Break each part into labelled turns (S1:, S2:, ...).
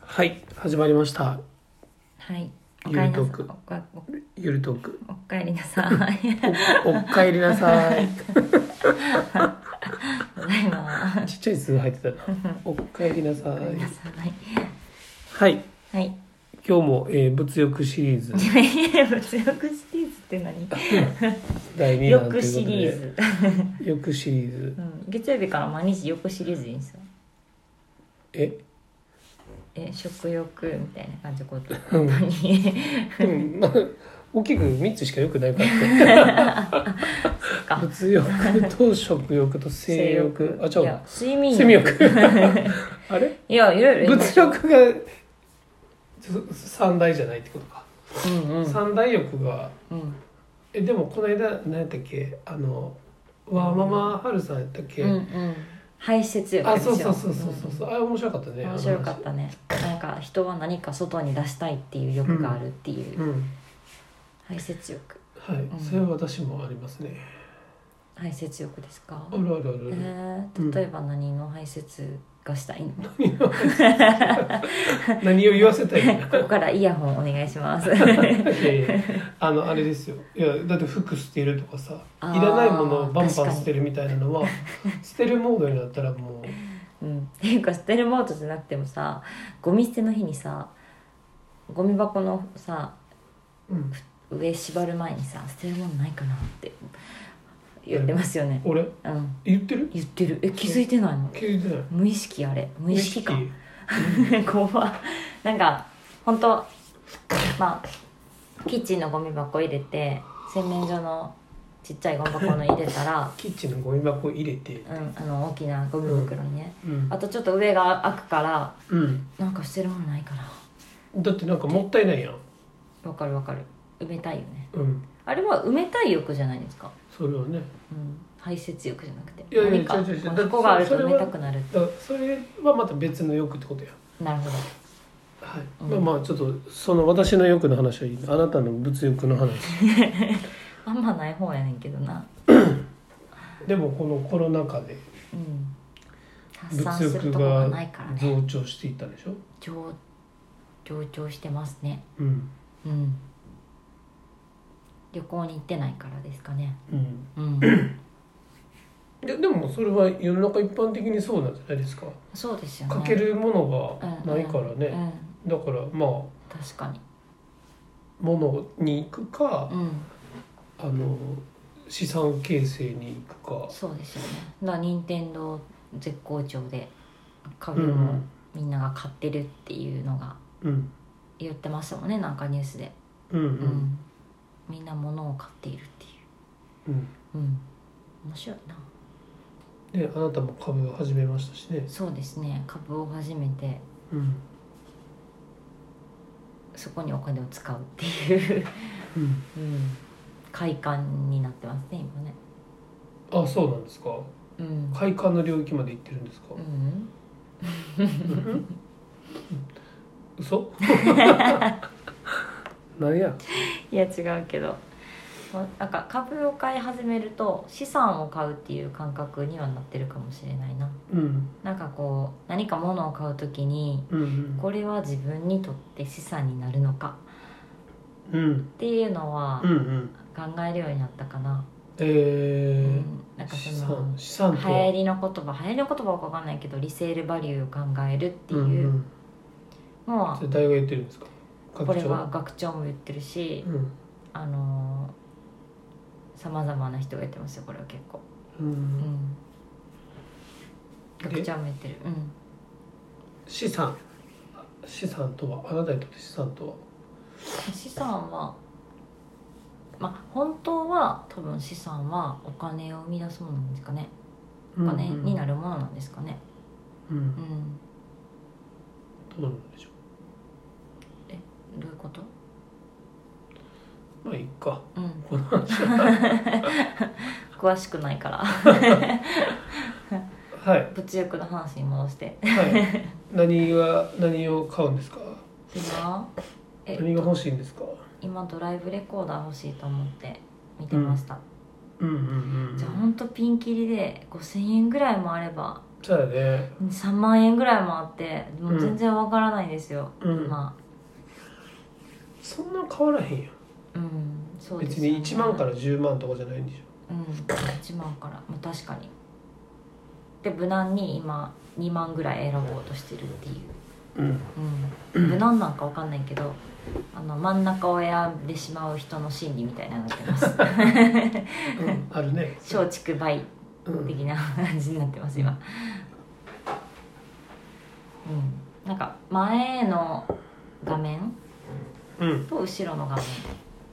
S1: はい始まりました
S2: はい。お
S1: ゆ
S2: かえ
S1: る
S2: りな
S1: トー
S2: さい
S1: ク。
S2: おかお
S1: ゆるトーク
S2: おかえりなさい。
S1: おおっかえりなさ い
S2: ただいま。
S1: ちっちゃい数入ってたなおっかえりなさ
S2: おかえりないさい。
S1: はい
S2: はい。
S1: 今日も、えー物欲シリーズ
S2: 物欲シリーズって何？
S1: 第2弾ということ
S2: 欲
S1: で
S2: シリーズ。
S1: 欲シリーズ
S2: うん。月曜日から毎日欲シリーズでいいんですよ。
S1: え
S2: え、食欲みたいな感じのこと。
S1: うん
S2: 何？
S1: でもまあ大きく3つしかよくないから
S2: そっか
S1: ね物欲と食欲と性欲あ
S2: い
S1: 違う
S2: や睡眠
S1: 睡眠欲 あれ
S2: いやいろいろ言いま
S1: 物
S2: しょう。
S1: 欲がちょ三大じゃないってことか、
S2: うんうん
S1: 三大欲が
S2: うん
S1: えでもこの間何やったっけあのわーママはるさんやったっけ、
S2: うんうん。排泄欲
S1: あ
S2: でしょ
S1: そうそうそうそうそうそうあれ面白かったね
S2: 面白かったねなんか人は何か外に出したいっていう欲があるって
S1: あ
S2: い
S1: の話
S2: う
S1: うん
S2: 排泄欲
S1: はい、
S2: ん
S1: それは私もありますね
S2: 排泄欲ですか
S1: あるあるある、
S2: え
S1: うん
S2: ー、例えば何の排泄がしたいの、
S1: 何を言わせ たいの
S2: ここからイヤホンお願い します
S1: いやいやあのあれですよいやだって服捨てるとかさ
S2: あ
S1: い
S2: ー
S1: らないものをバン
S2: 確
S1: バ
S2: か
S1: ン
S2: に
S1: 捨てるみたいなのは捨てるモードになったらもう
S2: うん、っていうか捨てるモードじゃなくてもさゴミ捨ての日にさゴミ箱のさ
S1: うん、
S2: 上縛る前にさ捨てるものないかなって言ってますよね
S1: 俺
S2: うん
S1: 言ってる
S2: 言ってるえ気づいてないの
S1: 気づいてない
S2: 無意識あれ無意識か
S1: 意
S2: 怖っなんか本当まあキッチンのゴミ箱入れて洗面所のちっちゃいゴミ箱の入れたら、
S1: キッチンのゴミ箱入れて
S2: うん、あの大きなゴミ袋にね、
S1: うん
S2: あとちょっと上が開くから
S1: うん、
S2: なんか捨てるものないかな
S1: だってなんかもったいないやん
S2: わかるわかる埋めたいよね
S1: うん
S2: あれは埋めたい欲じゃないですか、
S1: それはね
S2: うん、排泄欲じゃなくて
S1: いやいや
S2: 何か
S1: 違う違う違う
S2: こう箱がある
S1: だ
S2: と
S1: ってそれ
S2: 埋め
S1: は
S2: たくなる
S1: だからそれはまた別の欲ってことや
S2: なるほど
S1: はい、
S2: うん
S1: まあまあちょっとその私の欲の話はいいあなたの物欲の話
S2: あんまない方やねんけどな
S1: でもこのコロナ禍で
S2: うん発散
S1: 物
S2: する
S1: 欲
S2: とこが
S1: が
S2: ないからね
S1: 増長していったでしょ
S2: 上上長してますね
S1: うん
S2: うん旅行に行ってないからですかね
S1: うん
S2: うん
S1: ででもそれは世の中一般的にそうなんじゃないですか
S2: そうですよね
S1: かけるものがないから
S2: う
S1: ね
S2: ん
S1: だからまあ
S2: 確かに
S1: 物に行くか
S2: うん
S1: あの資産形成に行くか
S2: そうですよねだから任天堂絶好調で家
S1: う
S2: 具も
S1: ん
S2: みんなが買ってるっていうのが
S1: うん
S2: 言ってましたもんねなんかニュースで
S1: うんう
S2: うん、
S1: ん
S2: みんな物を買っているってい
S1: うん
S2: ううん面白いな
S1: であなたも株を始めましたしね、
S2: そうですね株を始めて
S1: うん
S2: そこにお金を使うっていう
S1: うん、
S2: うん、快感になってますね今ね、
S1: あそうなんですか
S2: うん、
S1: 快感の領域まで行ってるんですか
S2: う、ん
S1: 嘘なんや
S2: いや違うけどまなんか株を買い始めると資産を買うっていう感覚にはなってるかもしれないな
S1: うん
S2: なんかこう何か物を買う時に
S1: うんうん
S2: これは自分にとって資産になるのか
S1: うん
S2: っていうのは
S1: うんうん
S2: 考えるようになったかな、う
S1: え
S2: んなん
S1: ー、
S2: かそ
S1: 資
S2: の
S1: 産資産
S2: 流
S1: と
S2: 行
S1: は
S2: りの言葉流行りの言葉は分かんないけどリセールバリューを考えるってい
S1: うんう、
S2: うんのは
S1: それ誰が言ってるんですか
S2: こ
S1: 学
S2: れ
S1: 長
S2: は学長も言ってるし
S1: うん
S2: あのさまざまな人が言ってますよこれは結構
S1: う、
S2: うんん
S1: で
S2: 学長も言ってるうん
S1: 資産資産とはあなたにとって資産とは
S2: 資産はまあ本当は多分資産はお金を生み出すものなんですかねお金にな
S1: る、
S2: るものなんですかね
S1: うんう、
S2: うんん
S1: どうなんでしょ
S2: どういうこと
S1: うまあいいか
S2: うん
S1: この話
S2: 詳しくないから
S1: はい
S2: 物欲の話に戻して
S1: はい、何が何を買うんですか
S2: 今え
S1: 何が欲しいんですか
S2: 今ドライブレコーダー欲しいと思って見てました
S1: うんうんうん
S2: じゃあほんとピンキリで5,000円ぐらいもあれば
S1: そうだね
S2: 3万円ぐらいもあってもう
S1: うん
S2: 全然わからないんですよ、
S1: うん
S2: ま
S1: そんな変わらへんやん
S2: あうんそうです
S1: 別
S2: よね
S1: に1万から10万とかじゃないんでし
S2: うん1万からまあ確かにで無難に今2万ぐらい選ぼうとしてるっていう、
S1: ょうん
S2: うん、無難なんかわかんないけどあの真ん中を選んでしまう人の心理みたいなのが出ま
S1: う
S2: す
S1: んあるね
S2: 松竹梅
S1: うん
S2: 的な 感じになってます今うんなんか前の画面
S1: うん
S2: と後ろの画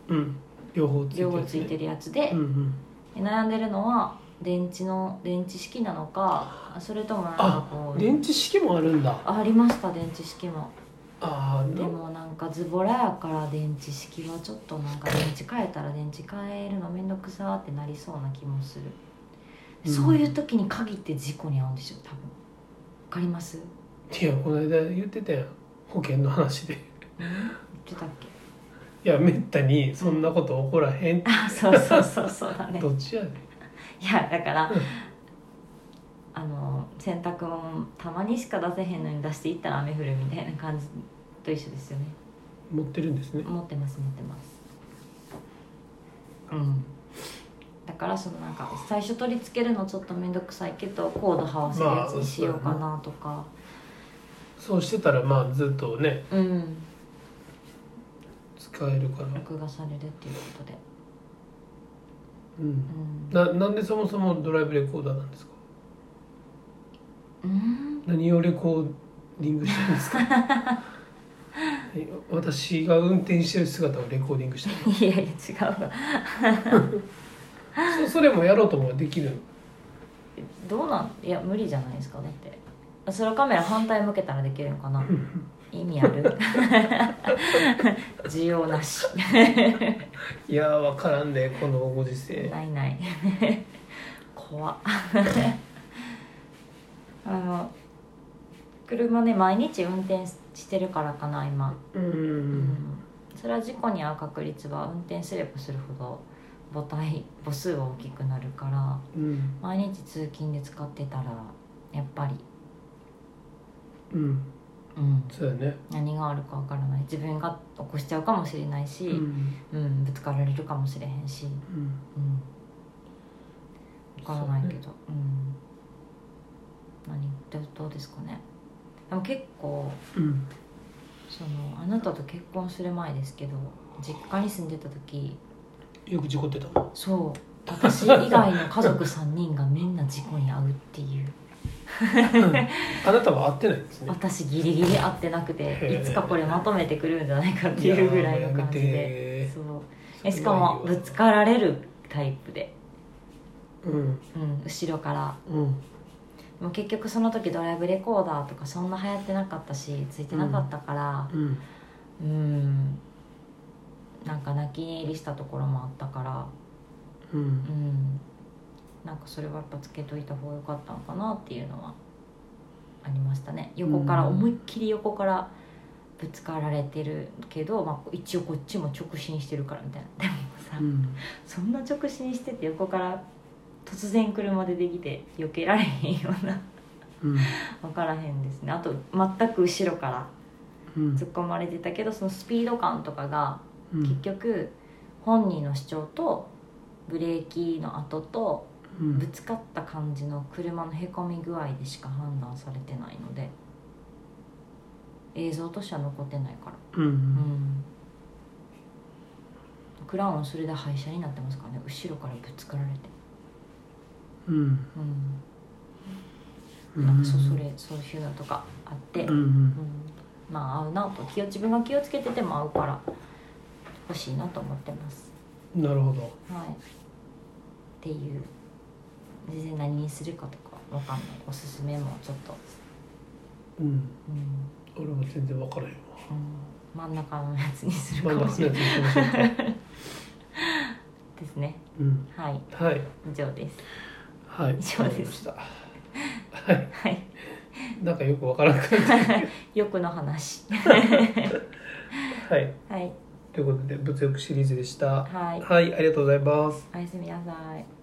S2: 面
S1: うん両方ついて
S2: 両
S1: る
S2: 方ついてるやつで
S1: うんうん
S2: 悩んでるのは電池の電池式なのかそれともなんかこ
S1: あ
S2: う
S1: 電池式もあるんだ
S2: ありました電池式も
S1: ああ
S2: でもなんかズボラやから電池式はちょっとなんか電池変えたら電池変えるのめんどくさーってなりそうな気もす
S1: う
S2: る、
S1: ん
S2: そういう時に限って事故に遭うんでしょ多分わかります
S1: いやこの間言ってたやん保険の話で
S2: 言ってたっけ
S1: いやめったにそんなこと起こらへんって
S2: あそうそうそうそうだね
S1: どっちやねん
S2: いやだから
S1: うん
S2: あの洗濯もたまにしか出せへんのに出していったら雨降るみたいな感じと一緒ですよね
S1: 持ってるんですね
S2: 持ってます持ってますうんだからそのなんか最初取り付けるのちょっと面倒くさいけどコードはわせるやつにしようかなとか、
S1: そうしてたらまあずっとね
S2: うん
S1: 使えるから
S2: 録画されるっていうことで、
S1: うん
S2: うん、
S1: ななんでそもそもドライブレコーダーなんですか
S2: うん
S1: 何をレコーディングしてるんですかはい私が運転してる姿をレコーディングしてる
S2: いやいや違うわ
S1: そそれもやろうと思えばできるの
S2: どうなんいや無理じゃないですかだってソロカメラ反対向けたらできるのかな意味ある 需要なし
S1: いやー分からんで、このご時世
S2: ないない怖っあの車ね毎日運転してるからかな今、
S1: う
S2: うんそれは事故に遭う確率は運転すればするほど母体母数は大きくなるから
S1: うん
S2: 毎日通勤で使ってたらやっぱり、
S1: うん
S2: うん、
S1: そうだね
S2: 何があるかわからない自分が起こしちゃうかもしれないし、
S1: う
S2: うん
S1: ん
S2: ぶつかられるかもしれへん
S1: う
S2: し、
S1: ん
S2: うん、分からないけどう,、ん何どどうですかねでも結構
S1: うん
S2: そのあなたと結婚する前ですけど実家に住んでた時
S1: よく事故ってたの
S2: そう私以外の家族3人がみんな事故に遭うっていう
S1: あなたは会ってないんですね
S2: 私ギリギリ会ってなくて
S1: へえ
S2: いつかこれまとめてくるんじゃないかっていうぐらいの感じ
S1: いや
S2: で
S1: ーやめて
S2: そうえしかもぶつかられるタイプで、
S1: うん
S2: うん、後ろから
S1: うん
S2: もう結局その時ドライブレコーダーとかそんな流行ってなかったしついてなかったから
S1: うん
S2: うんなんか泣き寝入りしたところもあったから
S1: う
S2: うんんなんかそれはやっぱつけといた方が良かったのかなっていうのはありましたね横から
S1: うん
S2: 思いっきり横からぶつかられてるけど、まあ、一応こっちも直進してるからみたいなでもさ、
S1: うん
S2: そんな直進してて横から突然車でできて避けられへんような
S1: うん
S2: 分からへんですねあと全く後ろから
S1: うん
S2: 突っ込まれてたけどそのスピード感とかが
S1: う
S2: 結
S1: ん
S2: 局本人の主張とブレーキの跡と
S1: うん
S2: ぶつかった感じの車のへこみ具合でしか判断されてないので映像としては残ってないから
S1: う
S2: うんんクラウンそれで廃車になってますからね後ろからぶつかられて
S1: うん
S2: うん
S1: う
S2: なん
S1: ん
S2: かそうそれそういうのとかあって、
S1: う
S2: うん
S1: んうん
S2: まあ合うなと気を自分が気をつけてても合うから欲しいなと思ってます
S1: なるほど
S2: はいっていう全然何にするかとかわかんないおすすめもちょっと、
S1: うん
S2: うん
S1: 俺も全然分からへんわ
S2: うん真ん中のやつにする
S1: ま
S2: か
S1: あ
S2: も
S1: 夏
S2: し
S1: の
S2: れ
S1: や
S2: な
S1: つ行き
S2: い
S1: ましょうか
S2: ですね
S1: うん
S2: はい
S1: はい
S2: 以上です
S1: はい
S2: 以上です
S1: わかりましたはい
S2: はい
S1: なんかよくわからなくなった
S2: 欲 の話
S1: はい
S2: はい
S1: ということで物欲シリーズでした
S2: はい
S1: はいありがとうございます
S2: おやすみなさい